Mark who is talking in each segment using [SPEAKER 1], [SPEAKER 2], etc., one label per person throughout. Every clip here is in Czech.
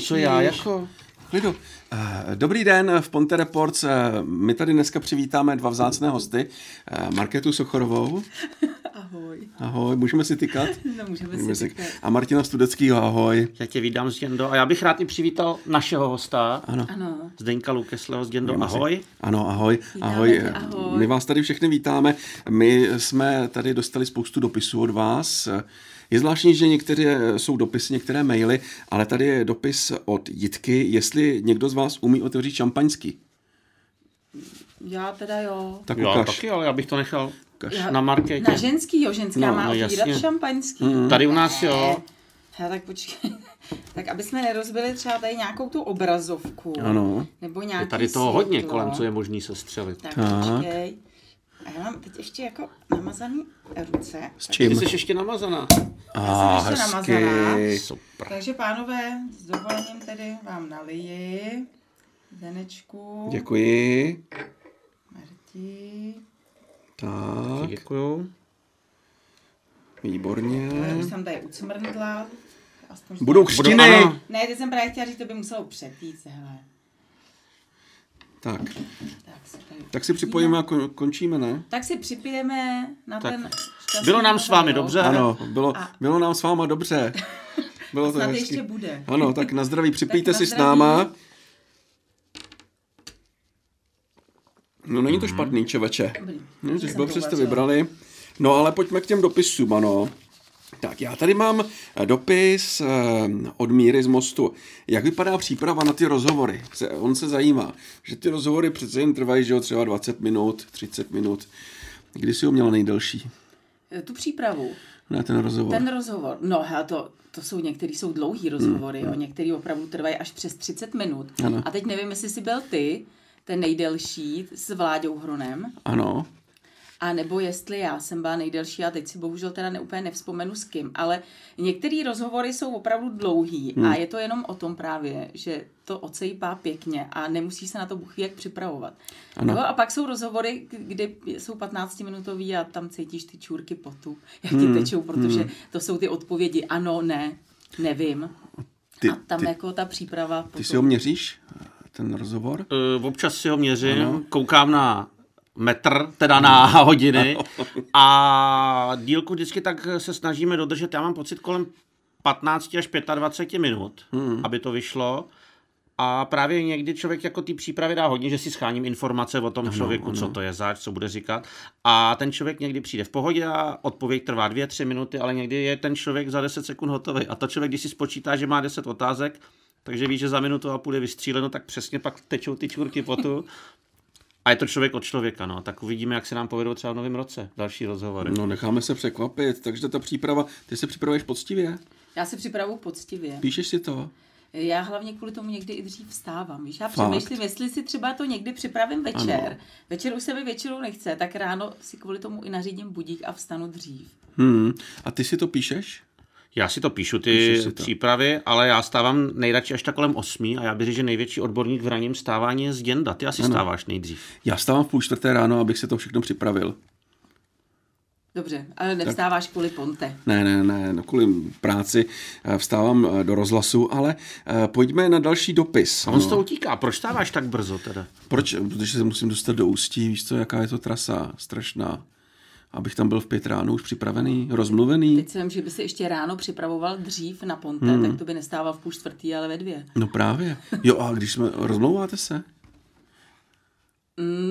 [SPEAKER 1] co já jako...
[SPEAKER 2] Klidu. Eh, Dobrý den v Ponte Reports. eh, My tady dneska přivítáme dva vzácné hosty. Marketu Sochorovou.
[SPEAKER 3] Ahoj.
[SPEAKER 2] Ahoj, můžeme si tykat?
[SPEAKER 3] No, můžeme, můžeme si tykat.
[SPEAKER 2] A Martina Studeckýho, ahoj.
[SPEAKER 1] Já tě vítám s Děndo a já bych rád i přivítal našeho hosta.
[SPEAKER 2] Ano.
[SPEAKER 3] Ano.
[SPEAKER 1] Zdeňka Lukesleho s Děndo, ahoj.
[SPEAKER 2] Ano, ahoj.
[SPEAKER 3] Vítáme
[SPEAKER 2] Ahoj.
[SPEAKER 3] tě, ahoj.
[SPEAKER 2] My vás tady všechny vítáme. My jsme tady dostali spoustu dopisů od vás. Je zvláštní, že některé jsou dopisy, některé maily, ale tady je dopis od Jitky, jestli někdo z vás umí otevřít šampaňský.
[SPEAKER 3] Já teda jo.
[SPEAKER 2] Tak
[SPEAKER 1] Já
[SPEAKER 2] ukaž.
[SPEAKER 1] taky, ale já bych to nechal
[SPEAKER 2] ukaž.
[SPEAKER 3] Já-
[SPEAKER 1] na Markétě.
[SPEAKER 3] Na ženský, jo, ženská
[SPEAKER 1] No,
[SPEAKER 3] má
[SPEAKER 1] no,
[SPEAKER 3] otvírat
[SPEAKER 1] jasně.
[SPEAKER 3] šampaňský.
[SPEAKER 1] Tady u nás jo.
[SPEAKER 3] Hele, tak počkej. tak aby jsme nerozbili třeba tady nějakou tu obrazovku.
[SPEAKER 2] Ano.
[SPEAKER 3] Nebo nějaký
[SPEAKER 1] Je tady toho
[SPEAKER 3] světlo.
[SPEAKER 1] hodně kolem, co je možný sestřelit.
[SPEAKER 3] Tak,
[SPEAKER 2] Tak.
[SPEAKER 3] počkej. A já mám teď ještě jako namazaný ruce.
[SPEAKER 2] S
[SPEAKER 1] Ty
[SPEAKER 2] čím?
[SPEAKER 1] jsi ještě namazaná.
[SPEAKER 2] A,
[SPEAKER 3] jsem ještě
[SPEAKER 2] hezky.
[SPEAKER 3] namazaná.
[SPEAKER 1] Super.
[SPEAKER 3] Takže pánové, s dovolením tedy vám naliji. Denečku.
[SPEAKER 2] Děkuji.
[SPEAKER 3] Marti.
[SPEAKER 2] Tak,
[SPEAKER 1] Děkuju.
[SPEAKER 2] výborně.
[SPEAKER 3] Ale už jsem tady ucmrdla. Aspoň, že
[SPEAKER 2] Budou
[SPEAKER 3] to-
[SPEAKER 2] křtiny.
[SPEAKER 1] ano.
[SPEAKER 3] Ne, teď jsem právě chtěla říct, to by muselo přepít, hele.
[SPEAKER 2] Tak,
[SPEAKER 3] Tak se tady...
[SPEAKER 2] tak si připojíme a kon- končíme, ne?
[SPEAKER 3] Tak si připijeme na
[SPEAKER 1] Tak.
[SPEAKER 3] ten šťastný
[SPEAKER 1] Bylo nám s vámi
[SPEAKER 3] rok.
[SPEAKER 1] dobře.
[SPEAKER 2] Ano, bylo,
[SPEAKER 3] A-
[SPEAKER 2] bylo nám s váma dobře. Bylo to
[SPEAKER 3] Snad
[SPEAKER 2] hezky.
[SPEAKER 3] ještě bude.
[SPEAKER 2] Ano, tak na zdraví, připijte
[SPEAKER 3] na
[SPEAKER 2] si s
[SPEAKER 3] zdraví.
[SPEAKER 2] náma. No není to špatný, čeveče.
[SPEAKER 3] Dobrý.
[SPEAKER 2] No, těch
[SPEAKER 3] Jsem
[SPEAKER 2] blbře jste
[SPEAKER 3] uvařila.
[SPEAKER 2] vybrali. No ale pojďme k těm dopisům, ano. Tak já tady mám eh, dopis eh, od Míry z Mostu. Jak vypadá příprava na ty rozhovory? Se, on se zajímá, že ty rozhovory přece jen trvají, že jo, třeba 20 minut, 30 minut. Kdy jsi ho měla nejdelší?
[SPEAKER 3] E, Tu přípravu,
[SPEAKER 2] Na ten rozhovor.
[SPEAKER 3] ten rozhovor, no hele, to, to jsou některý jsou dlouhý
[SPEAKER 1] Hmm.
[SPEAKER 3] rozhovory, jo, některý opravdu trvají až přes 30 minut.
[SPEAKER 2] Ano.
[SPEAKER 3] A teď nevím, jestli jsi byl ty, ten nejdelší s Vláďou Hronem,
[SPEAKER 2] Ano.
[SPEAKER 3] A nebo jestli já jsem byla nejdelší, a teď si bohužel teda ne, úplně nevzpomenu s kým, ale některé rozhovory jsou opravdu dlouhý hmm. a je to jenom o tom právě, že to ocejpá pěkně a nemusí se na to buchví jak připravovat.
[SPEAKER 2] Ano.
[SPEAKER 3] Ano. No a pak jsou rozhovory, k- kdy jsou 15-minutový a tam cítíš ty čůrky potu, jak ti
[SPEAKER 2] Hmm.
[SPEAKER 3] tečou, protože to jsou ty odpovědi ano, ne, nevím.
[SPEAKER 2] Ty,
[SPEAKER 3] a tam
[SPEAKER 2] ty,
[SPEAKER 3] jako ta příprava
[SPEAKER 2] ty
[SPEAKER 3] potom-
[SPEAKER 2] si ho měříš? Ten rozhovor?
[SPEAKER 1] Eh, Občas si ho měřím, koukám na metr, teda na hodiny a dílku vždycky tak se snažíme dodržet, já mám pocit kolem 15 až 25 minut, aby to vyšlo. A právě někdy člověk jako ty přípravy dá hodně, že si scháním informace o tom člověku, co to je zač, co bude říkat. A ten člověk někdy přijde v pohodě a odpověď trvá dvě, tři minuty, ale někdy je ten člověk za 10 sekund hotový. A to člověk, když si spočítá, že má 10 otázek, takže ví, že za minutu a půl je vystříleno, tak přesně pak tečou ty čurky potu. A je to člověk od člověka, no. Tak uvidíme, jak se nám povedou třeba v novém roce další rozhovory.
[SPEAKER 2] No necháme se překvapit. Takže ta příprava, ty se připravuješ poctivě?
[SPEAKER 3] Já se připravu poctivě.
[SPEAKER 2] Píšeš si to?
[SPEAKER 3] Já hlavně kvůli tomu někdy i dřív vstávám, víš, já
[SPEAKER 2] Fakt.
[SPEAKER 3] Fakt. přemýšlím, jestli si třeba to někdy připravím večer.
[SPEAKER 2] Ano.
[SPEAKER 3] Ano. Večer už se mi většinou nechce, tak ráno si kvůli tomu i nařídím budík a vstanu dřív.
[SPEAKER 2] Hmm. A ty si to píšeš?
[SPEAKER 1] Já si to píšu, ty
[SPEAKER 2] Píšeš si to.
[SPEAKER 1] přípravy, ale já stávám nejradši až tak kolem 8 a já bych řekl, že největší odborník v raním stávání je z Děnda. Ty asi stáváš nejdřív.
[SPEAKER 2] Já vstávám v půl čtvrté ráno, abych si to všechno připravil.
[SPEAKER 3] Dobře, ale nevstáváš kvůli ponte.
[SPEAKER 2] Ne, ne, ne, no kvůli práci eh, vstávám eh, do rozhlasu, ale eh, pojďme na další dopis. No,
[SPEAKER 1] A on no. z toho utíká. Proč stáváš tak brzo teda?
[SPEAKER 2] Proč? Protože se musím dostat do Ústí, víš co, jaká je to trasa, strašná. Abych tam byl v pět ráno už připravený, rozmluvený.
[SPEAKER 3] Teď si vím, že by si ještě ráno připravoval dřív na ponte, hmm. tak to by nestával v půl čtvrtý, ale ve dvě.
[SPEAKER 2] No právě. Jo a když jsme, rozmlouváte se?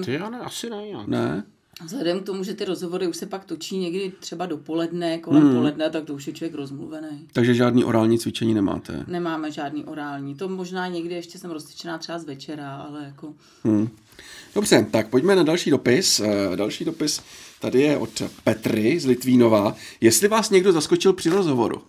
[SPEAKER 1] Ty já ne, asi ne. Já.
[SPEAKER 2] Mm. Ne?
[SPEAKER 3] Vzhledem k tomu, že ty rozhovory už se pak točí někdy třeba dopoledne, kolem hmm. poledne, tak to už je člověk rozmluvený.
[SPEAKER 2] Takže žádný orální cvičení nemáte.
[SPEAKER 3] Nemáme žádný orální. To možná někdy ještě jsem roztyčená třeba z večera, ale jako...
[SPEAKER 2] Dobře, tak pojďme na další dopis. Eh, Další dopis tady je od Petry z Litvínova. Jestli vás někdo zaskočil při rozhovoru?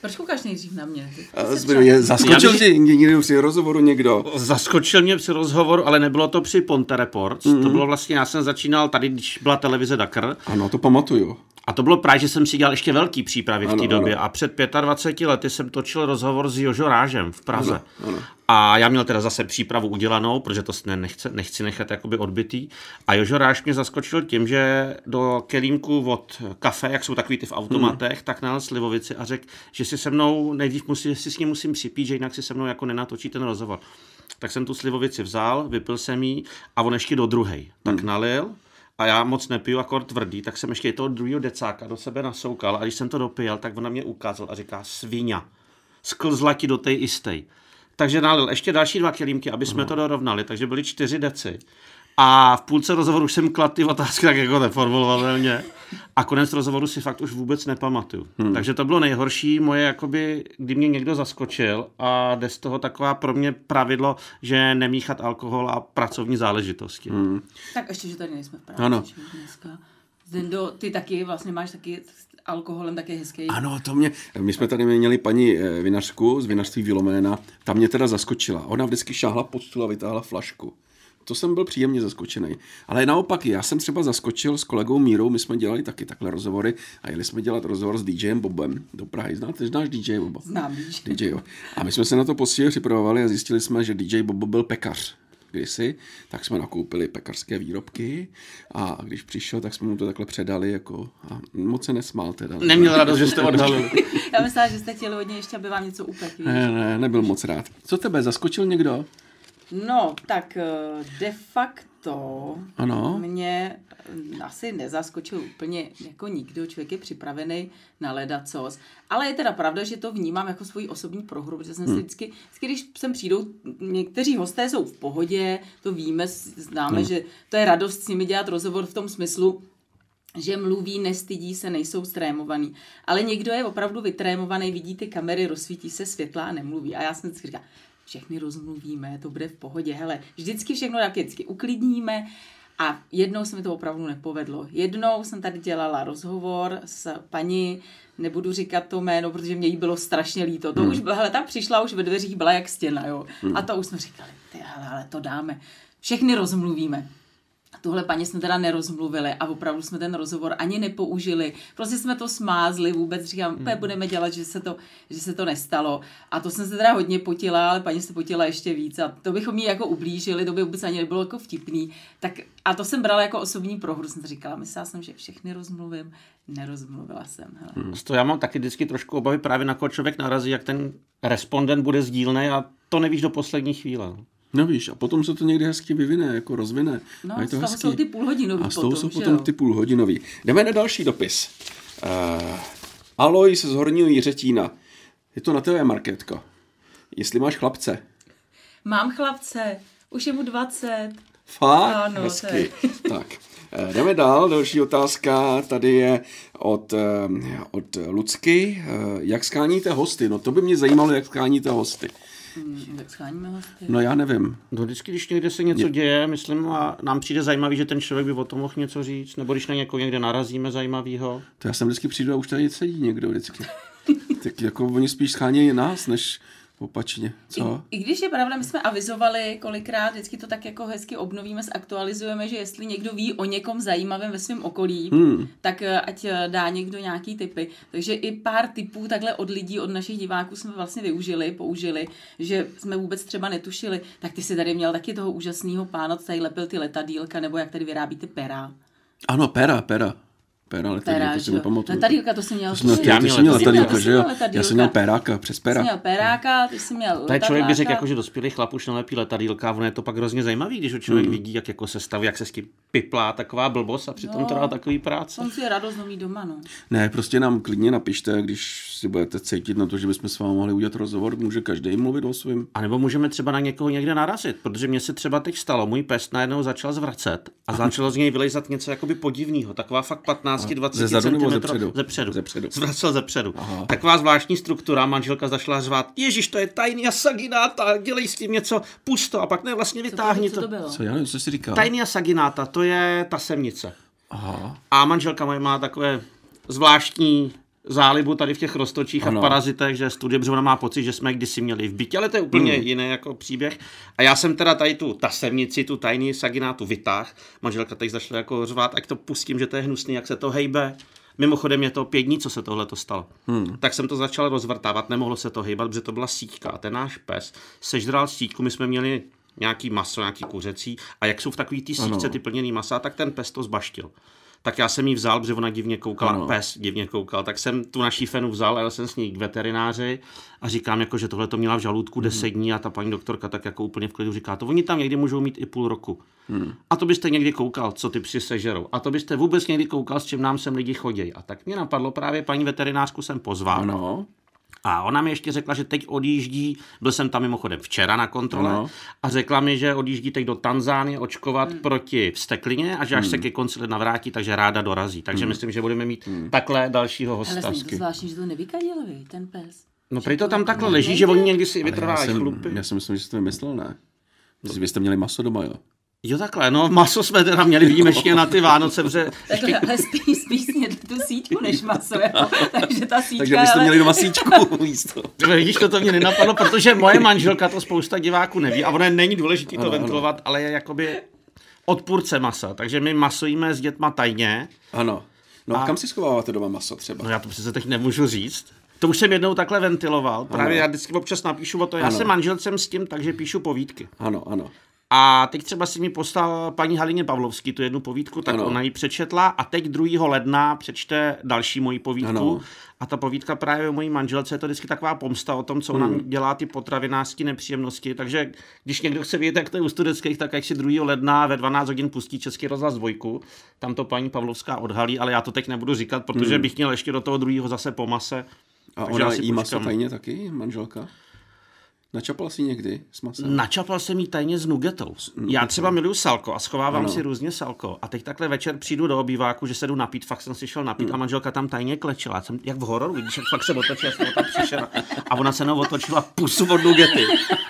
[SPEAKER 3] Proč koukáš nejdřív na mě? Ty- ty
[SPEAKER 2] Eh,
[SPEAKER 3] se
[SPEAKER 2] zbyl-
[SPEAKER 3] třeba-
[SPEAKER 2] Je zaskočil
[SPEAKER 1] Já bych-
[SPEAKER 2] tě někdo při rozhovoru někdo?
[SPEAKER 1] Zaskočil mě při rozhovoru, ale nebylo to při Ponte Reports. Mm-hmm. To bylo vlastně, já jsem začínal tady, když byla televize Dakar.
[SPEAKER 2] Ano, to pamatuju.
[SPEAKER 1] A to bylo právě, že jsem si dělal ještě velký přípravy v
[SPEAKER 2] Ano,
[SPEAKER 1] té době.
[SPEAKER 2] ano.
[SPEAKER 1] A před 25 lety jsem točil rozhovor s Jožo Rážem v Praze.
[SPEAKER 2] Ano, ano.
[SPEAKER 1] A já měl teda zase přípravu udělanou, protože to s- ne- nechce, nechci nechat jakoby odbitý. A Jožo Ráž mě zaskočil tím, že do kelímku od kafe, jak jsou takový ty v automatech, hmm. tak nalil slivovici a řekl, že si se mnou nejdřív musí, si s ním musím připít, že jinak si se mnou jako nenatočí ten rozhovor. Tak jsem tu slivovici vzal, vypil jsem ji a on ještě do druhej. Tak hmm. nalil a já moc nepiju akor tvrdý, tak jsem ještě i toho druhého decáka do sebe nasoukal a když jsem to dopil, tak on na mě ukázal a říká svině, sklzla ti do té istej. Takže nalil ještě další dva kelímky, aby jsme to dorovnali, takže byly čtyři deci. A v půlce rozhovoru už jsem klad ty otázky tak jako neformulovatelně. A konec rozhovoru si fakt už vůbec nepamatuju. Hmm. Takže to bylo nejhorší moje, jakoby, kdy mě někdo zaskočil a jde z toho taková pro mě pravidlo, že nemíchat alkohol a pracovní záležitosti. Hmm.
[SPEAKER 3] Tak ještě, že tady nejsme v práci.
[SPEAKER 2] Ano.
[SPEAKER 3] že Dneska. Zdendo, ty taky vlastně máš taky s alkoholem taky hezký.
[SPEAKER 2] Ano, to mě, my jsme tady měli paní eh, vinařku z vinařství Viloména, ta mě teda zaskočila. Ona vždycky šáhla pod stůl a vytáhla flašku. To jsem byl příjemně zaskočený. Ale naopak, já jsem třeba zaskočil s kolegou Mírou, my jsme dělali taky takhle rozhovory a jeli jsme dělat rozhovor s DJem Bobem do Prahy. Znáte, znáš DJ Boba?
[SPEAKER 3] Znám, víš.
[SPEAKER 2] DJ, jo. A my jsme se na to poctivě připravovali a zjistili jsme, že DJ Bobo byl pekař kdysi, tak jsme nakoupili pekařské výrobky a když přišel, tak jsme mu to takhle předali jako a moc se nesmál teda.
[SPEAKER 1] Neměl radost, že jste odhalili.
[SPEAKER 3] Já myslela, že jste chtěli hodně ještě, aby vám něco upekli.
[SPEAKER 2] Ne, ne, nebyl moc rád. Co tebe, zaskočil někdo?
[SPEAKER 3] No, tak eh, de facto
[SPEAKER 2] Ano.
[SPEAKER 3] mě eh, asi nezaskočil úplně jako nikdo, člověk je připravený na ledacos. Ale je teda pravda, že to vnímám jako svoji osobní prohru, protože
[SPEAKER 2] Hm.
[SPEAKER 3] jsem si vždycky, vždycky, když sem přijdou, někteří hosté jsou v pohodě, to víme, s- známe, že to je radost s nimi dělat rozhovor v tom smyslu, že mluví, nestydí se, nejsou strémovaný. Ale někdo je opravdu vytrémovaný, vidí ty kamery, rozsvítí se světla a nemluví. A já jsem vždycky říkala, všechny rozmluvíme, to bude v pohodě. Hele, vždycky všechno tak vždycky uklidníme. A jednou se mi to opravdu nepovedlo. Jednou jsem tady dělala rozhovor s paní, nebudu říkat to jméno, protože mě jí bylo strašně líto. To hmm. už byla, hele, ta přišla už ve dveřích, byla jak stěna, jo. Hmm. A to už jsme říkali, ty, hele, ale to dáme. Všechny rozmluvíme. A Tuhle paní jsme teda nerozmluvili a opravdu jsme ten rozhovor ani nepoužili. Prostě jsme to smázli vůbec, říkám,
[SPEAKER 2] Mhm.
[SPEAKER 3] úplně budeme dělat, že se, to, že se to nestalo. A to jsem se teda hodně potila, ale paní se potila ještě víc a to bychom jí jako ublížili, to by vůbec ani nebylo jako vtipný. Tak a to jsem brala jako osobní prohru, jsem si říkala, myslela jsem, že všechny rozmluvím, nerozmluvila jsem. Hele.
[SPEAKER 2] Hmm.
[SPEAKER 1] Z toho já mám taky vždycky trošku obavy právě na koho člověk narazí, jak ten respondent bude sdílný a to nevíš do poslední chvíle.
[SPEAKER 2] No víš, a potom se to někdy hezky vyvine, jako rozvine.
[SPEAKER 3] No,
[SPEAKER 2] a je to
[SPEAKER 3] z toho
[SPEAKER 2] hezký.
[SPEAKER 3] jsou ty půlhodinový
[SPEAKER 2] A z toho
[SPEAKER 3] potom,
[SPEAKER 2] jsou
[SPEAKER 3] že
[SPEAKER 2] potom
[SPEAKER 3] jo?
[SPEAKER 2] ty půlhodinový. Jdeme na další dopis. Uh, Alois z Horního Jiřetína. Je to na tebe, Markétko. Jestli máš chlapce.
[SPEAKER 3] Mám chlapce, už je mu 20.
[SPEAKER 2] Fakt?
[SPEAKER 3] Ano,
[SPEAKER 2] Hezky. Tak. eh, Jdeme dál, další otázka tady je od, eh, od Lucky. Eh, Jak skáníte hosty? No to by mě zajímalo, jak skáníte hosty. Hmm,
[SPEAKER 3] Mm, tak scháníme hosty.
[SPEAKER 2] No já nevím.
[SPEAKER 1] No vždycky, když někde se něco děje, myslím, a nám přijde zajímavý, že ten člověk by o tom mohl něco říct, nebo když na někoho někde narazíme zajímavého.
[SPEAKER 2] To já jsem vždycky přijdu a už tady sedí někdo vždycky. tak jako oni spíš schánějí nás, než opačně. Co?
[SPEAKER 3] I, I když je pravda, my jsme avizovali kolikrát, vždycky to tak jako hezky obnovíme, zaktualizujeme, že jestli někdo ví o někom zajímavém ve svém okolí, hmm. tak eh, ať eh, dá někdo nějaký typy. Takže i pár typů takhle od lidí, od našich diváků jsme vlastně využili, použili, že jsme vůbec třeba netušili, tak ty si tady měl taky toho úžasného pána, co tady lepil ty letadílka, nebo jak tady vyrábíte pera.
[SPEAKER 2] Ano, pera, pera. Pera, ale tady
[SPEAKER 3] Pera,
[SPEAKER 2] to
[SPEAKER 3] že
[SPEAKER 2] jako si
[SPEAKER 3] jo.
[SPEAKER 2] nepamatuju.
[SPEAKER 3] Letadýlka, to jsem měl.
[SPEAKER 2] To jsem měl,
[SPEAKER 1] Já
[SPEAKER 2] ty, ty
[SPEAKER 1] měl
[SPEAKER 2] jsi měl
[SPEAKER 1] letadýlka.
[SPEAKER 2] letadýlko, že jo?
[SPEAKER 3] Ty jsi měl
[SPEAKER 2] Já jsem měl
[SPEAKER 3] letadýlka.
[SPEAKER 2] peráka, přes
[SPEAKER 3] Ty
[SPEAKER 2] pera.
[SPEAKER 3] jsi měl peráka, ty jsi měl
[SPEAKER 1] Tady člověk by řekl,
[SPEAKER 3] letadláka.
[SPEAKER 1] jako, že dospělý chlap už nelepí letadílka, a ono je to pak hrozně zajímavý, když ho člověk hmm. vidí, jak jako se staví, jak se s tím piplá taková blbost a přitom
[SPEAKER 3] No.
[SPEAKER 1] no. to dá takový práce.
[SPEAKER 3] On si je radost nový doma, no.
[SPEAKER 2] Ne, prostě nám klidně napište, když si budete cítit na to, že bychom s vámi mohli udělat rozhovor, může každý mluvit o svém.
[SPEAKER 1] A nebo můžeme třeba na někoho někde narazit, protože mně se třeba teď stalo, můj pes najednou začal zvracet a začalo z něj vylejzat něco jakoby podivného, taková fakt 15-20
[SPEAKER 2] Ze zadu nebo
[SPEAKER 1] cm
[SPEAKER 2] zepředu?
[SPEAKER 1] zepředu.
[SPEAKER 2] Zepředu.
[SPEAKER 1] Zvracel zepředu. Aha. Taková zvláštní struktura, manželka začala řvát, Ježíš, to je tajný asagináta, dělej s tím něco, pusto a pak ne, vlastně vytáhni
[SPEAKER 3] Co to bylo?
[SPEAKER 2] Co já nevím, co jsi říkal?
[SPEAKER 1] Tajný asagináta, to je ta semnice.
[SPEAKER 2] Aha.
[SPEAKER 1] A manželka moje má takové zvláštní zálibu tady v těch roztočích ano.
[SPEAKER 2] Ano.
[SPEAKER 1] a v parazitech, že studie, protože ona má pocit, že jsme je kdysi měli v bytě, ale to je úplně hmm. jiný jako příběh. A já jsem teda tady tu tasemnici, tu tajný saginátu vytáh. Manželka teď začala jako řvát, ať to pustím, že to je hnusný, jak se to hejbe. Mimochodem je to pět dní, co se tohle to stalo. Hmm. Tak jsem to začal rozvrtávat, nemohlo se to hýbat, protože to byla síťka. A ten náš pes sežral síťku, my jsme měli nějaký maso, nějaký kuřecí a jak jsou v takový ty síťce ty plněný masa, tak ten pes to zbaštil. Tak já jsem jí vzal, protože ona divně koukala, ano. pes divně koukal, tak jsem tu naší fenu vzal, ale jsem s ní k veterináři a říkám, jako, že tohle to měla v žaludku hmm. 10 dní a ta paní doktorka tak jako úplně v klidu říká, to oni tam někdy můžou mít i půl roku. Hmm. A to byste někdy koukal, co ty psi sežerou. A to byste vůbec někdy koukal, s čím nám sem lidi chodí. A tak mě napadlo právě paní veterinářku jsem pozval.
[SPEAKER 2] Ano.
[SPEAKER 1] A ona mi ještě řekla, že teď odjíždí, byl jsem tam mimochodem včera na kontrole, ano. a řekla mi, že odjíždí teď do Tanzánie očkovat hmm. proti vsteklině a že až hmm. se ke konci ledna vrátí, takže ráda dorazí. Takže hmm. myslím, že budeme mít hmm. takhle dalšího hosta.
[SPEAKER 3] Ale jsem to zvláštní, že to nevykadil, vy, ten pes.
[SPEAKER 1] No prý to tam takhle leží, že oni někdy si
[SPEAKER 2] já,
[SPEAKER 1] vytrvají
[SPEAKER 2] jsem,
[SPEAKER 1] chlupy.
[SPEAKER 2] já si myslím, že jste mi myslel, ne? Že byste měli maso doma, jo?
[SPEAKER 1] Jo takhle, no maso jsme teda měli výjimečně na ty Vánoce, protože
[SPEAKER 3] Takhle, ale spíš, spíš snědli tu síťku než maso, jako. takže ta síťka,
[SPEAKER 2] Takže byste
[SPEAKER 3] ale...
[SPEAKER 2] měli doma síčku místo.
[SPEAKER 1] Vidíš, to, to mě nenapadlo, protože moje manželka to spousta diváků neví a ono je- není důležité to ventilovat, ale je jakoby odpůrce masa. Takže my maso jíme s dětma tajně.
[SPEAKER 2] Ano. No a kam si schováváte doma maso třeba?
[SPEAKER 1] No já to přece teď nemůžu říct. To už jsem jednou takhle ventiloval. Právě
[SPEAKER 2] Ano.
[SPEAKER 1] já vždycky občas napíšu o to. Já
[SPEAKER 2] Ano.
[SPEAKER 1] jsem manželcem s tím, takže píšu povídky.
[SPEAKER 2] Ano, ano.
[SPEAKER 1] A teď třeba si mi poslal paní Halině Pavlovský tu jednu povídku, tak
[SPEAKER 2] Ano.
[SPEAKER 1] ano. ona ji přečetla a teď 2. ledna přečte další moji povídku.
[SPEAKER 2] Ano.
[SPEAKER 1] Ano. A ta povídka právě o mojí manželce, je to vždycky taková pomsta o tom, co ona dělá ty potravinářské nepříjemnosti. Takže když někdo chce vědět, jak to je u studeckých, tak jak si 2. ledna ve 12 hodin pustí Český rozhlas dvojku, tam to paní Pavlovská odhalí, ale já to teď nebudu říkat, protože bych měl ještě do toho druhého zase po mase.
[SPEAKER 2] A
[SPEAKER 1] Takže
[SPEAKER 2] ona
[SPEAKER 1] já si
[SPEAKER 2] jí maso
[SPEAKER 1] počkám.
[SPEAKER 2] tajně taky, manželka? Načapala si někdy s masem?
[SPEAKER 1] Načapal jsem jí tajně s nugetou. Já třeba miluju salko a schovávám si různě salko. A teď takhle večer přijdu do obýváku, že se jdu napít, fakt jsem si šel napít a manželka tam tajně klečela. Já Jsem, jak v hororu, vidíš, jak fakt se otočila, jsem tam přišel a ona se mnou otočila pusu od nugety.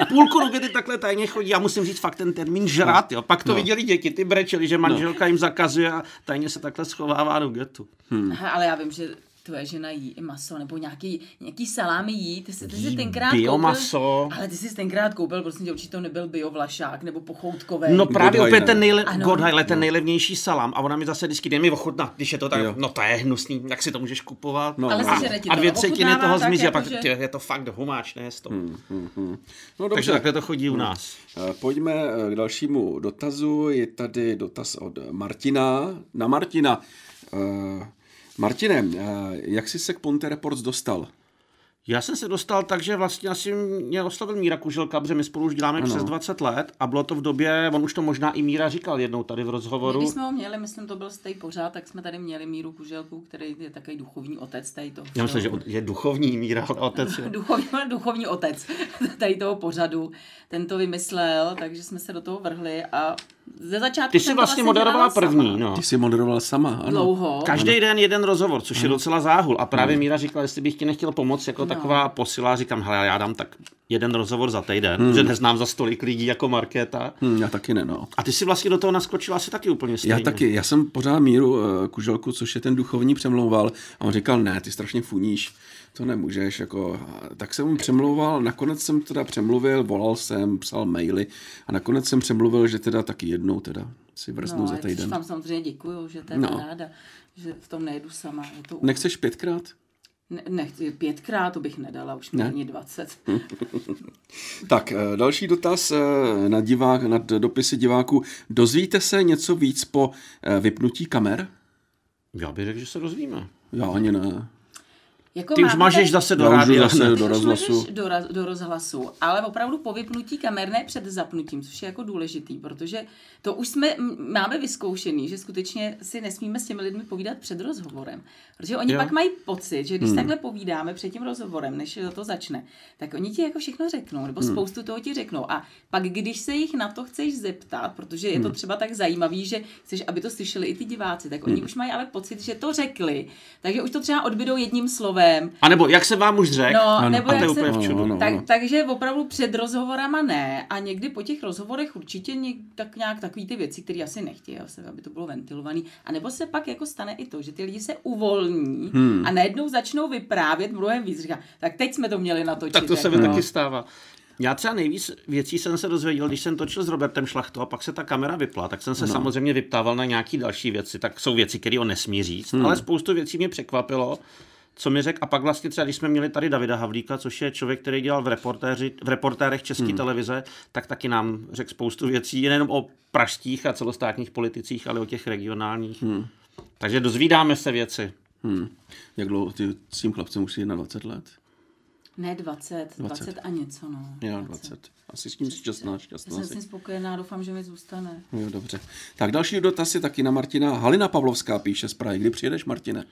[SPEAKER 1] Půlku nugety takhle tajně chodí, já musím říct fakt ten termín žrát, jo. Pak to viděli děti, ty brečeli, že manželka jim zakazuje a tajně se takhle schovává nugetu.
[SPEAKER 3] Aha, Hmm. ale já vím, že tvoje žena jí i maso, nebo nějaký, nějaký salámy jí, ty jsi, ty jsi
[SPEAKER 1] Jí
[SPEAKER 3] tenkrát
[SPEAKER 1] biomaso.
[SPEAKER 3] koupil, ale ty jsi tenkrát koupil, prosím tě, určitě to nebyl biovlašák, nebo pochoutkový.
[SPEAKER 1] No právě
[SPEAKER 2] Godheile.
[SPEAKER 1] opět ten, nejle...
[SPEAKER 3] Ano.
[SPEAKER 1] Godheile, ten nejlevnější salám a ona mi zase vždycky jde mi ochutnat, když je to tak,
[SPEAKER 2] No. Jo.
[SPEAKER 1] jo. no to je hnusný, jak si to můžeš kupovat.
[SPEAKER 2] No,
[SPEAKER 1] No,
[SPEAKER 3] Ale
[SPEAKER 2] no.
[SPEAKER 1] a,
[SPEAKER 3] sežere ti
[SPEAKER 1] a
[SPEAKER 3] to,
[SPEAKER 1] dvě
[SPEAKER 3] no,
[SPEAKER 1] třetiny
[SPEAKER 3] ochutnává
[SPEAKER 1] toho
[SPEAKER 3] tak
[SPEAKER 1] zmizí a pak
[SPEAKER 3] jakože-
[SPEAKER 1] ty, je to fakt humáč, ne to. Hmm.
[SPEAKER 2] No
[SPEAKER 1] Takže
[SPEAKER 2] dobře,
[SPEAKER 1] takhle to chodí u nás.
[SPEAKER 2] Eh, Pojďme eh, k dalšímu dotazu. Je tady dotaz od Martina. Na Martina. Eh, Martine, eh, jak jsi se k Ponte Reports dostal?
[SPEAKER 1] Já jsem se dostal tak, že vlastně asi mě oslovil Míra Kuželka, protože my spolu už děláme ano. přes 20 let a bylo to v době, on už to možná i Míra říkal jednou tady v
[SPEAKER 3] Když
[SPEAKER 1] rozhovoru.
[SPEAKER 3] jsme ho měli, myslím, to byl stej pořád, tak jsme tady měli Míru Kuželku, který je takový duchovní otec tady toho.
[SPEAKER 1] Já myslím, že on- je duchovní Míra, ale otec je.
[SPEAKER 3] Duchovní, duchovní otec tady toho pořadu. Ten to vymyslel, takže jsme se do toho vrhli a ze začátku
[SPEAKER 1] Ty jsi
[SPEAKER 3] jsem to
[SPEAKER 1] vlastně moderovala
[SPEAKER 3] dělala
[SPEAKER 1] první,
[SPEAKER 3] sama.
[SPEAKER 1] no.
[SPEAKER 2] Ty jsi moderoval sama, ano.
[SPEAKER 3] Dlouho.
[SPEAKER 1] Každý den jeden rozhovor, což je docela záhul. A právě Míra říkala, jestli bych ti nechtěl pomoct jako
[SPEAKER 3] No.
[SPEAKER 1] taková posila, říkám, hele, já dám tak jeden rozhovor za týden,
[SPEAKER 2] Hmm.
[SPEAKER 1] že neznám za stolik lidí jako Markéta.
[SPEAKER 2] Hm, já taky ne, no.
[SPEAKER 1] A ty si vlastně do toho naskočila asi taky úplně stejně.
[SPEAKER 2] Já taky, já jsem pořád Míru eh, Kuželku, což je ten duchovní, přemlouval a on říkal, ne, ty strašně funíš, to nemůžeš, jako, a tak jsem mu přemlouval, nakonec jsem teda přemluvil, volal jsem, psal maily a nakonec jsem přemluvil, že teda taky jednou teda si vrznu
[SPEAKER 3] No,
[SPEAKER 2] za
[SPEAKER 3] za
[SPEAKER 2] týden.
[SPEAKER 3] vám samozřejmě děkuju, že to je
[SPEAKER 2] No.
[SPEAKER 3] no. ráda, že v tom nejedu sama. Je to... ne.
[SPEAKER 2] Nechceš pětkrát?
[SPEAKER 3] nechci, pětkrát to bych nedala, už ne. ani dvacet.
[SPEAKER 1] Hm.
[SPEAKER 2] Tak, eh, další dotaz eh, na, divák, na d- dopisy diváků. Dozvíte se něco víc po eh, vypnutí kamer?
[SPEAKER 1] Já bych řekl, že se rozvíme.
[SPEAKER 2] Já ani ne.
[SPEAKER 3] Jako
[SPEAKER 1] Ty už
[SPEAKER 3] máte-
[SPEAKER 1] mažeš zase do
[SPEAKER 2] Já už jdu
[SPEAKER 1] rádia.
[SPEAKER 2] zase
[SPEAKER 1] ne?
[SPEAKER 2] do
[SPEAKER 3] Ty už
[SPEAKER 2] rozhlasu.
[SPEAKER 3] mluvíš Do, raz, do rozhlasu, ale opravdu po vypnutí kamer, ne před zapnutím, což je jako důležitý, protože to už jsme, m- máme vyzkoušený, že skutečně si nesmíme s těmi lidmi povídat před rozhovorem. Protože oni
[SPEAKER 1] Jo.
[SPEAKER 3] pak mají pocit, že když hmm. takhle povídáme před tím rozhovorem, než to začne, tak oni ti jako všechno řeknou, nebo hmm. spoustu toho ti řeknou. A pak, když se jich na to chceš zeptat, protože je to třeba tak zajímavý, že chceš, aby to slyšeli i ty diváci, tak oni už mají ale pocit, že to řekli, takže už to třeba odbydou jedním slovem,
[SPEAKER 1] A nebo jak se vám už řekl,
[SPEAKER 3] No,
[SPEAKER 1] a
[SPEAKER 3] nebo
[SPEAKER 1] to je
[SPEAKER 3] jak
[SPEAKER 1] úplně
[SPEAKER 3] se-
[SPEAKER 1] v čudu.
[SPEAKER 2] No, no,
[SPEAKER 3] tak,
[SPEAKER 2] no.
[SPEAKER 3] Takže opravdu před rozhovorama ne a někdy po těch rozhovorech určitě něk, tak nějak takový ty věci, které asi nechtějí, asi, aby to bylo ventilovaný. A nebo se pak jako stane i to, že ty lidi se uvolní hmm. a najednou začnou vyprávět mnohem víc. Říká, tak teď jsme to měli natočit.
[SPEAKER 1] Tak to se
[SPEAKER 3] jako.
[SPEAKER 1] mi taky stává. Já třeba nejvíc věcí jsem se dozvěděl, když jsem točil s Robertem Šlachtou a pak se ta kamera vypla, tak jsem se no. samozřejmě vyptával na nějaké další věci, tak jsou věci, které on nesmí říct, hmm. ale spoustu věcí mě překvapilo, co mi řekl. A pak vlastně třeba, když jsme měli tady Davida Havlíka, což je člověk, který dělal v, reportéři, v reportérech České hmm. televize, tak taky nám řekl spoustu věcí, nejenom o pražských a celostátních politicích, ale o těch regionálních. Hmm. Takže dozvídáme se věci.
[SPEAKER 2] Hmm. Jak dlouho ty s tím chlapcem už jsi na 20 let?
[SPEAKER 3] Ne 20, 20, 20 a něco, no.
[SPEAKER 2] Já 20. Asi s tím jsi šťastná, No, šťastná.
[SPEAKER 3] Já jsem s
[SPEAKER 2] jsi.
[SPEAKER 3] tím spokojená, doufám, že mi zůstane.
[SPEAKER 2] Jo, dobře. Tak další dotaz je taky na Martina. Halina Pavlovská píše z Prahy. Kdy přijedeš, Martine?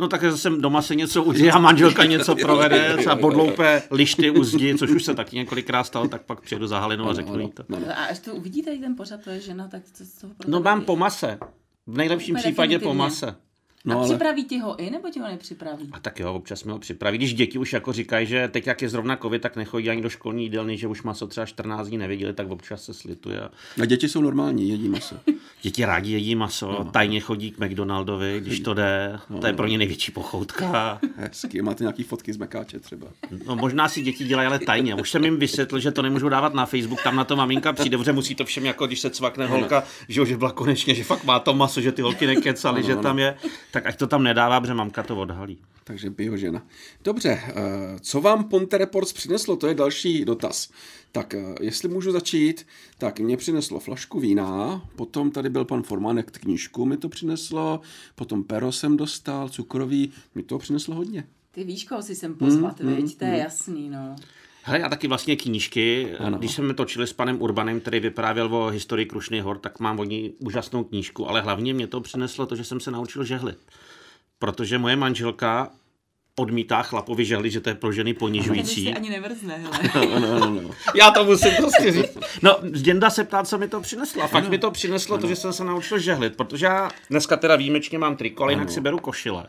[SPEAKER 1] No tak zase doma se něco udělá, manželka něco provede, třeba podloupe lišty u zdi, což už se taky několikrát stalo, tak pak přijedu za Halinu a
[SPEAKER 2] Ano,
[SPEAKER 1] řeknu
[SPEAKER 2] ano,
[SPEAKER 1] jí No, to.
[SPEAKER 2] ano.
[SPEAKER 3] A až to uvidí tady ten pořad, to je žena, tak to z toho
[SPEAKER 1] No mám
[SPEAKER 3] víš.
[SPEAKER 1] po mase. V nejlepším
[SPEAKER 3] Úplně
[SPEAKER 1] případě po
[SPEAKER 3] definitivně.
[SPEAKER 1] mase.
[SPEAKER 2] No,
[SPEAKER 3] a
[SPEAKER 2] ale-
[SPEAKER 3] připraví ti ho i, nebo ti ho nepřipraví?
[SPEAKER 1] A tak jo, občas mi ho připraví. Když děti už jako říkají, že teď jak je zrovna covid, tak nechodí ani do školní jídelny, že už maso třeba 14 dní neviděli, tak občas se slituje.
[SPEAKER 2] A děti jsou normální, jedí maso.
[SPEAKER 1] Děti rádi jedí maso, no. tajně chodí k McDonaldovi, když to jde. No. To je pro ně největší pochoutka.
[SPEAKER 2] Hezky. Máte nějaký fotky z Mekáče třeba?
[SPEAKER 1] No možná si děti dělají, ale tajně. Už jsem jim vysvětlil, že to nemůžu dávat na Facebook, tam na to maminka přijde, protože musí to všem, jako když se cvakne holka, že, jo, že byla konečně, že fakt má to maso, že ty holky nekecaly, že tam je, tak ať to tam nedává, protože mamka to odhalí.
[SPEAKER 2] Takže bio žena. Dobře, eh, co vám Ponte Reports přineslo, to je další dotaz. Tak eh, jestli můžu začít, tak mě přineslo flašku vína, potom tady byl pan Formánek, knížku mi to přineslo, potom pero jsem dostal, cukrový, mi to přineslo hodně.
[SPEAKER 3] Ty víš, koho si sem pozvat, mm, viď? to je jasný, no.
[SPEAKER 1] Hele, já taky vlastně knížky. Ano. Když jsme točili s panem Urbanem, který vyprávěl o historii Krušný hor, tak mám o ní úžasnou knížku, ale hlavně mě to přineslo to, že jsem se naučil žehlit. Protože moje manželka odmítá chlapovi žehlit, že to je pro ženy
[SPEAKER 3] Teď
[SPEAKER 1] ponižující.
[SPEAKER 3] si ani nevrzne, hele.
[SPEAKER 2] Ano, ano, ano.
[SPEAKER 1] Já to musím prostě říct. No, Děnda se ptá, co mi to přineslo. A fakt mi to přineslo to, že jsem se naučil žehlit, protože já dneska teda výjimečně mám triko, ale jinak si beru košile.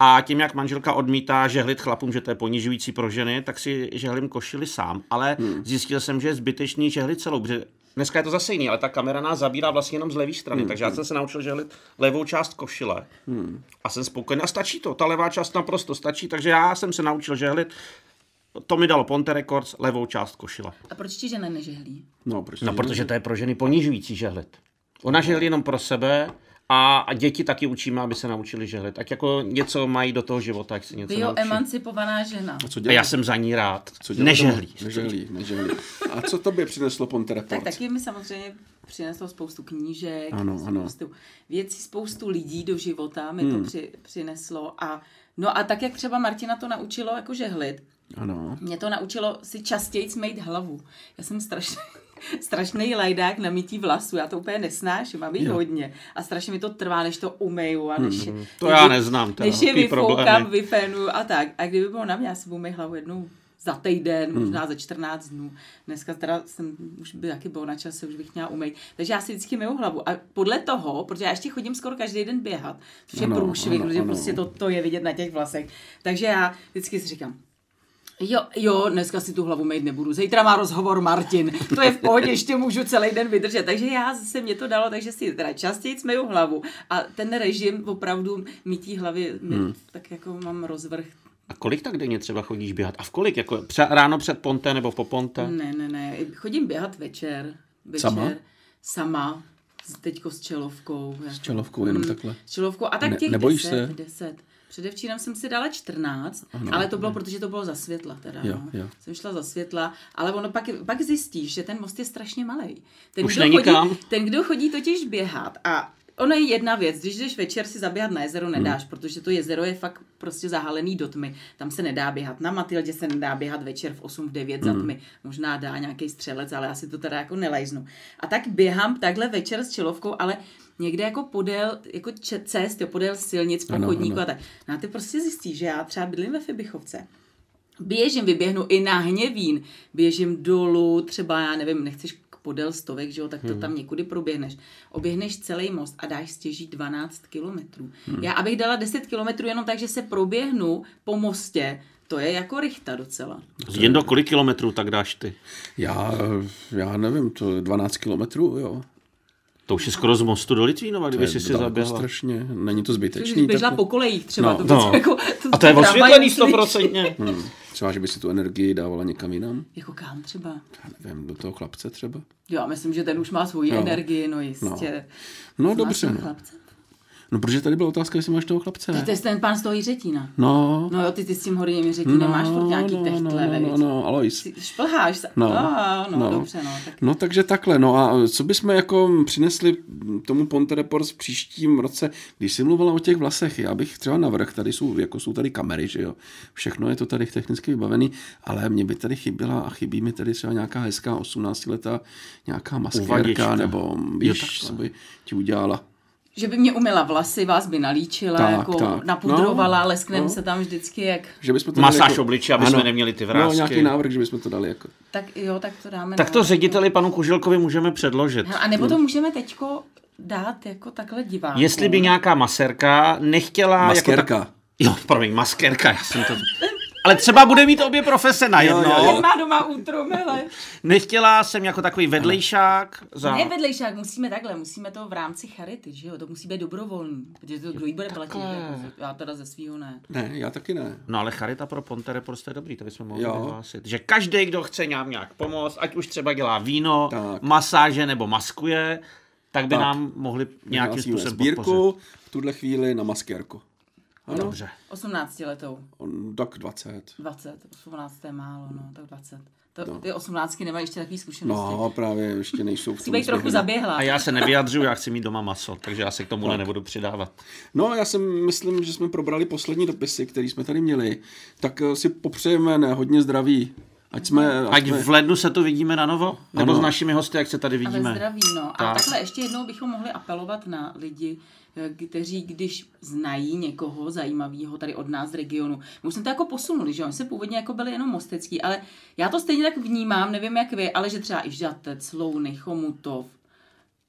[SPEAKER 1] A tím, jak manželka odmítá žehlit chlapům, že to je ponižující pro ženy, tak si žehlím košili sám. Ale hmm. zjistil jsem, že je zbytečný žehlit celou, protože dneska je to zase jiný, ale ta kamera nás zabírá vlastně jenom z levé strany, hmm. takže já jsem se naučil žehlit levou část košile. Hmm. A jsem spokojený. A stačí to, ta levá část naprosto stačí, takže já jsem se naučil žehlit. To mi dalo Ponte Records, levou část košile.
[SPEAKER 3] A proč ti žena nežehlí?
[SPEAKER 2] No, proč
[SPEAKER 1] No,
[SPEAKER 2] ne?
[SPEAKER 1] protože to je pro ženy ponižující žehlit. Ona žehlí jenom pro sebe a a děti taky učíme, aby se naučili žehlit. Ať jako něco mají do toho života, ať se něco
[SPEAKER 3] Bio
[SPEAKER 1] naučí.
[SPEAKER 3] emancipovaná žena.
[SPEAKER 2] A co
[SPEAKER 1] A
[SPEAKER 2] dělá?
[SPEAKER 1] já jsem za ní rád.
[SPEAKER 2] Co dělá
[SPEAKER 1] Nežehlí.
[SPEAKER 2] tomu? Nežehlí, nežehlí. A co tobě přineslo Ponte
[SPEAKER 3] Tak
[SPEAKER 2] Report?
[SPEAKER 3] taky mi samozřejmě přineslo spoustu knížek,
[SPEAKER 2] Ano, ano.
[SPEAKER 3] spoustu věcí, spoustu lidí do života mi to při, přineslo. A, no a tak, jak třeba Martina to naučilo jako žehlit,
[SPEAKER 2] Ano.
[SPEAKER 3] mě to naučilo si častěji smejt hlavu. Já jsem strašný, strašný lajdák na mytí vlasů, já to úplně nesnáším a vím hodně. A strašně mi to trvá, než to umeju a než, mm,
[SPEAKER 1] To já neznám, teda,
[SPEAKER 3] než je
[SPEAKER 1] takový
[SPEAKER 3] vyfoukám,
[SPEAKER 1] problémy.
[SPEAKER 3] vyfénuju a tak. A kdyby bylo na mě, já si budu mít hlavu jednou za týden, možná za 14 dnů. Dneska teda jsem, už by taky bylo na čase, už bych měla umýt. Takže já si vždycky myju hlavu. A podle toho, protože já ještě chodím skoro každý den běhat, což je
[SPEAKER 2] Ano,
[SPEAKER 3] průšvih,
[SPEAKER 2] ano,
[SPEAKER 3] protože
[SPEAKER 2] ano.
[SPEAKER 3] prostě to, to je vidět na těch vlasech. Takže já vždycky si říkám, Jo, jo, dneska si tu hlavu mít nebudu. Zítra má rozhovor Martin. To je v pohodě, ještě můžu celý den vydržet. Takže já se mě to dalo, takže si teda častěji smeju hlavu. A ten režim opravdu mytí hlavy, my, hmm. tak jako mám rozvrh.
[SPEAKER 1] A kolik tak denně třeba chodíš běhat? A v kolik? Jako pře- ráno před ponte nebo po ponte?
[SPEAKER 3] Ne, ne, ne. Chodím běhat večer. večer
[SPEAKER 2] Sama?
[SPEAKER 3] Sama. S- Teďko s čelovkou. S
[SPEAKER 2] čelovkou, jenom takhle.
[SPEAKER 3] S čelovkou. A
[SPEAKER 2] Ne-
[SPEAKER 3] tak těch
[SPEAKER 2] nebojíš
[SPEAKER 3] 10,
[SPEAKER 2] se?
[SPEAKER 3] 10. Předevčírem jsem si dala 14, ano, ale to bylo, protože to bylo za světla. Teda,
[SPEAKER 2] Jo,
[SPEAKER 3] no.
[SPEAKER 2] jo.
[SPEAKER 3] Jsem šla za světla, ale ono pak, pak zjistíš, že ten most je strašně malý. Ten,
[SPEAKER 1] Už
[SPEAKER 3] kdo
[SPEAKER 1] není
[SPEAKER 3] chodí,
[SPEAKER 1] kam.
[SPEAKER 3] ten, kdo chodí totiž běhat a ono je jedna věc, když jdeš večer si zaběhat na jezero,
[SPEAKER 2] Hmm.
[SPEAKER 3] nedáš, protože to jezero je fakt prostě zahalený do tmy. Tam se nedá běhat. Na Matildě se nedá běhat večer v 8, v 9
[SPEAKER 2] Hmm.
[SPEAKER 3] za tmy. Možná dá nějaký střelec, ale já si to teda jako nelajznu. A tak běhám takhle večer s čelovkou, ale někde jako podél jako če- cest, jo, podél silnic, po
[SPEAKER 2] Ano,
[SPEAKER 3] chodníku
[SPEAKER 2] ano.
[SPEAKER 3] a tak. No a ty prostě zjistíš, že já třeba bydlím ve Fibichovce. Běžím, vyběhnu i na hněvín, běžím dolů, třeba, já nevím, nechceš k- podél stovek, že jo, tak to hmm. tam někudy proběhneš. Oběhneš celý most a dáš stěží 12 kilometrů. Hmm. Já abych dala 10 kilometrů jenom tak, že se proběhnu po mostě, to je jako rychta docela.
[SPEAKER 1] Jen do kolik kilometrů tak dáš ty?
[SPEAKER 2] Já, já nevím, to je 12 kilometrů, jo.
[SPEAKER 1] To už je skoro z mostu do Litvínova, kdyby
[SPEAKER 2] To
[SPEAKER 1] si
[SPEAKER 2] je
[SPEAKER 1] si
[SPEAKER 2] daleko
[SPEAKER 1] zaběhla.
[SPEAKER 2] Strašně, není to
[SPEAKER 3] Když
[SPEAKER 2] zbytečný.
[SPEAKER 3] běžela
[SPEAKER 2] takhle?
[SPEAKER 3] po kolejích třeba,
[SPEAKER 2] No,
[SPEAKER 3] to,
[SPEAKER 1] no.
[SPEAKER 3] no. Jako,
[SPEAKER 1] A to je
[SPEAKER 3] tramvají
[SPEAKER 1] osvětlený
[SPEAKER 3] musí-
[SPEAKER 1] stoprocentně.
[SPEAKER 2] Třeba, že by si tu energii dávala někam jinam?
[SPEAKER 3] Jako kam třeba?
[SPEAKER 2] Já nevím, do toho chlapce třeba?
[SPEAKER 3] Jo, já myslím, že ten už má svoji
[SPEAKER 2] Jo.
[SPEAKER 3] energii, no jistě.
[SPEAKER 2] No
[SPEAKER 3] Máš
[SPEAKER 2] dobře,
[SPEAKER 3] toho
[SPEAKER 2] no.
[SPEAKER 3] chlapce?
[SPEAKER 2] no. protože tady byla otázka, jestli máš toho chlapce,
[SPEAKER 3] To
[SPEAKER 2] ne?
[SPEAKER 3] je ten pán z toho Jiřetína.
[SPEAKER 2] No,
[SPEAKER 3] No jo, ty, ty s tím horým Jiřetínem máš furt nějaký
[SPEAKER 2] no, no,
[SPEAKER 3] techtle,
[SPEAKER 2] no,
[SPEAKER 3] veď?
[SPEAKER 2] no, no, Alois.
[SPEAKER 3] Ty Šplháš se.
[SPEAKER 2] No,
[SPEAKER 3] No,
[SPEAKER 2] no.
[SPEAKER 3] no, no, dobře, no. Tak
[SPEAKER 2] No takže takhle, no a co bychom jako přinesli tomu Ponte Report v příštím roce, když jsi mluvila o těch vlasech, já bych třeba navrh, tady jsou, jako jsou tady kamery, že jo, všechno je to tady technicky vybavený, ale mě by tady chyběla a chybí mi tady třeba nějaká hezká 18 letá nějaká maskérka,
[SPEAKER 1] Uvadička.
[SPEAKER 2] nebo
[SPEAKER 1] Jo,
[SPEAKER 2] víš,
[SPEAKER 1] takhle.
[SPEAKER 2] co by ti udělala.
[SPEAKER 3] Že by mě umila vlasy, vás by nalíčila,
[SPEAKER 2] Tak,
[SPEAKER 3] tak, jako
[SPEAKER 2] tak.
[SPEAKER 3] tak. napudrovala,
[SPEAKER 2] No,
[SPEAKER 3] no, leskneme
[SPEAKER 2] no.
[SPEAKER 3] no. se tam vždycky, jak...
[SPEAKER 2] Že bychom to
[SPEAKER 1] Masáž
[SPEAKER 2] dali jako,
[SPEAKER 1] obličeje, aby jsme neměli ty vrásky.
[SPEAKER 2] No, nějaký návrh, že bychom to dali jako.
[SPEAKER 3] Tak jo, tak to dáme.
[SPEAKER 1] Tak
[SPEAKER 3] na-
[SPEAKER 1] to řediteli panu Kužilkovi můžeme předložit.
[SPEAKER 3] Hele, A nebo to můžeme teďko dát jako takhle divákům.
[SPEAKER 1] Jestli by nějaká maserka nechtěla...
[SPEAKER 2] Maskérka.
[SPEAKER 1] Jako tak... Jo, promiň, maskerka, já jsem to... Ale třeba bude mít obě profese najednou.
[SPEAKER 2] Jo, jo.
[SPEAKER 3] Jak má doma útromele.
[SPEAKER 1] Nechtěla jsem jako takový vedlejšák za...
[SPEAKER 3] Ne vedlejšák, musíme takhle, musíme to v rámci charity, že jo? To musí být dobrovolný, protože to kdo jí bude platit. Jako, já teda ze svýho ne.
[SPEAKER 2] Ne, já taky ne.
[SPEAKER 1] No ale charita pro Ponte Report je dobrý, to bychom mohli
[SPEAKER 2] Jo.
[SPEAKER 1] vyhlásit. Že každý, kdo chce nám nějak pomoct, ať už třeba dělá víno,
[SPEAKER 2] Tak.
[SPEAKER 1] tak. masáže nebo maskuje, tak by
[SPEAKER 2] Tak.
[SPEAKER 1] tak. nám mohli nějakým
[SPEAKER 2] Vyhlásíme
[SPEAKER 1] způsobem podpořit.
[SPEAKER 2] sbírku, v tuhle chvíli na maskérku. Ano,
[SPEAKER 1] Dobře.
[SPEAKER 3] 18 letou.
[SPEAKER 2] On, tak 20.
[SPEAKER 3] 20, 18 to je málo, no, tak 20. To, Ty 18 nemají ještě takový zkušenosti. No.
[SPEAKER 2] No, právě ještě nejsou v
[SPEAKER 3] Musí být trochu
[SPEAKER 2] zběhlí.
[SPEAKER 3] zaběhla.
[SPEAKER 1] A já se nevyjadřuju, já chci mít doma maso, takže já se k tomu nebudu přidávat.
[SPEAKER 2] No, já si myslím, že jsme probrali poslední dopisy, které jsme tady měli. Tak eh, si popřejeme ne, hodně zdraví. Ať jsme...
[SPEAKER 1] Ať
[SPEAKER 2] jsme...
[SPEAKER 1] v lednu se tu vidíme na novo, nebo
[SPEAKER 2] Ano.
[SPEAKER 1] s našimi hosty, jak se tady
[SPEAKER 3] A ve
[SPEAKER 1] vidíme.
[SPEAKER 3] zdraví, no. A
[SPEAKER 1] Tak.
[SPEAKER 3] takhle ještě jednou bychom mohli apelovat na lidi, eh, kteří, když znají někoho zajímavého tady od nás z regionu. My už jsme to jako posunuli, že oni se původně jako byli jenom mostecký, ale já to stejně tak vnímám, nevím jak vy, ale že třeba i Žatec, Louny, Chomutov,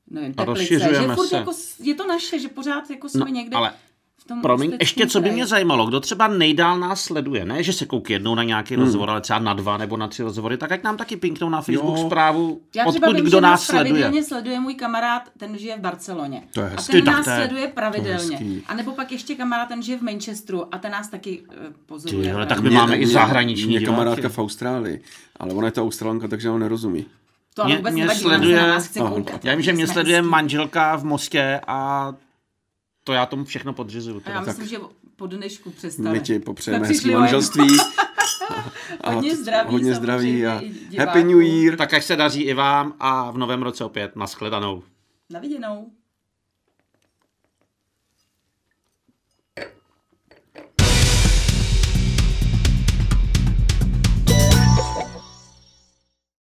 [SPEAKER 3] nevím, Teplice, že
[SPEAKER 1] rozšiřujeme
[SPEAKER 3] furt
[SPEAKER 1] se.
[SPEAKER 3] jako s- je to naše, že pořád jako jsme
[SPEAKER 1] No,
[SPEAKER 3] někde
[SPEAKER 1] ale
[SPEAKER 3] v tom
[SPEAKER 1] Promiň,
[SPEAKER 3] Ústeckém
[SPEAKER 1] ještě co by
[SPEAKER 3] kraji.
[SPEAKER 1] mě zajímalo, kdo třeba nejdál nás sleduje, ne, že se koukí jednou na nějaký hmm. rozhovor, ale třeba na dva nebo na tři rozhovory, tak ať nám taky pinknou na Facebook
[SPEAKER 2] Jo.
[SPEAKER 1] jo. zprávu,
[SPEAKER 3] Já třeba
[SPEAKER 1] odkud
[SPEAKER 3] vím,
[SPEAKER 1] kdo
[SPEAKER 3] že
[SPEAKER 1] nás sleduje.
[SPEAKER 3] pravidelně sleduje můj kamarád, ten žije v Barceloně.
[SPEAKER 2] To je
[SPEAKER 3] a
[SPEAKER 2] hezký,
[SPEAKER 3] ten
[SPEAKER 1] tak
[SPEAKER 3] nás
[SPEAKER 1] to je-
[SPEAKER 3] sleduje pravidelně.
[SPEAKER 2] to je hezký.
[SPEAKER 3] A nebo pak ještě kamarád, ten žije v Manchesteru a ten nás taky eh, pozoruje.
[SPEAKER 1] Ty vole, tak
[SPEAKER 3] Opravdu.
[SPEAKER 1] my máme i zahraniční
[SPEAKER 2] Mě
[SPEAKER 1] diváky.
[SPEAKER 2] kamarádka v Austrálii, ale ona je ta Australanka, takže ona nerozumí.
[SPEAKER 3] To ale
[SPEAKER 1] Mě-
[SPEAKER 3] vůbec
[SPEAKER 1] mě
[SPEAKER 3] nevadí,
[SPEAKER 1] sleduje-
[SPEAKER 3] sleduje... na nás chce
[SPEAKER 2] Aha.
[SPEAKER 3] koukat.
[SPEAKER 1] No, Já vím, že mě
[SPEAKER 3] Jsme
[SPEAKER 1] sleduje
[SPEAKER 3] hezký.
[SPEAKER 1] manželka v Mostě a to já tomu všechno podřizuju.
[SPEAKER 3] A
[SPEAKER 1] teda.
[SPEAKER 3] já myslím, že po dnešku přestane.
[SPEAKER 2] My ti popřejeme
[SPEAKER 3] Jsme
[SPEAKER 2] hezký
[SPEAKER 3] přišli ven.
[SPEAKER 2] manželství. A
[SPEAKER 3] Hodně zdraví
[SPEAKER 2] hodně
[SPEAKER 3] samozřejmě
[SPEAKER 2] zdraví a
[SPEAKER 3] i divákům.
[SPEAKER 2] Happy New Year.
[SPEAKER 1] Tak ať se daří i vám a v novém roce opět nashledanou.
[SPEAKER 3] Na viděnou.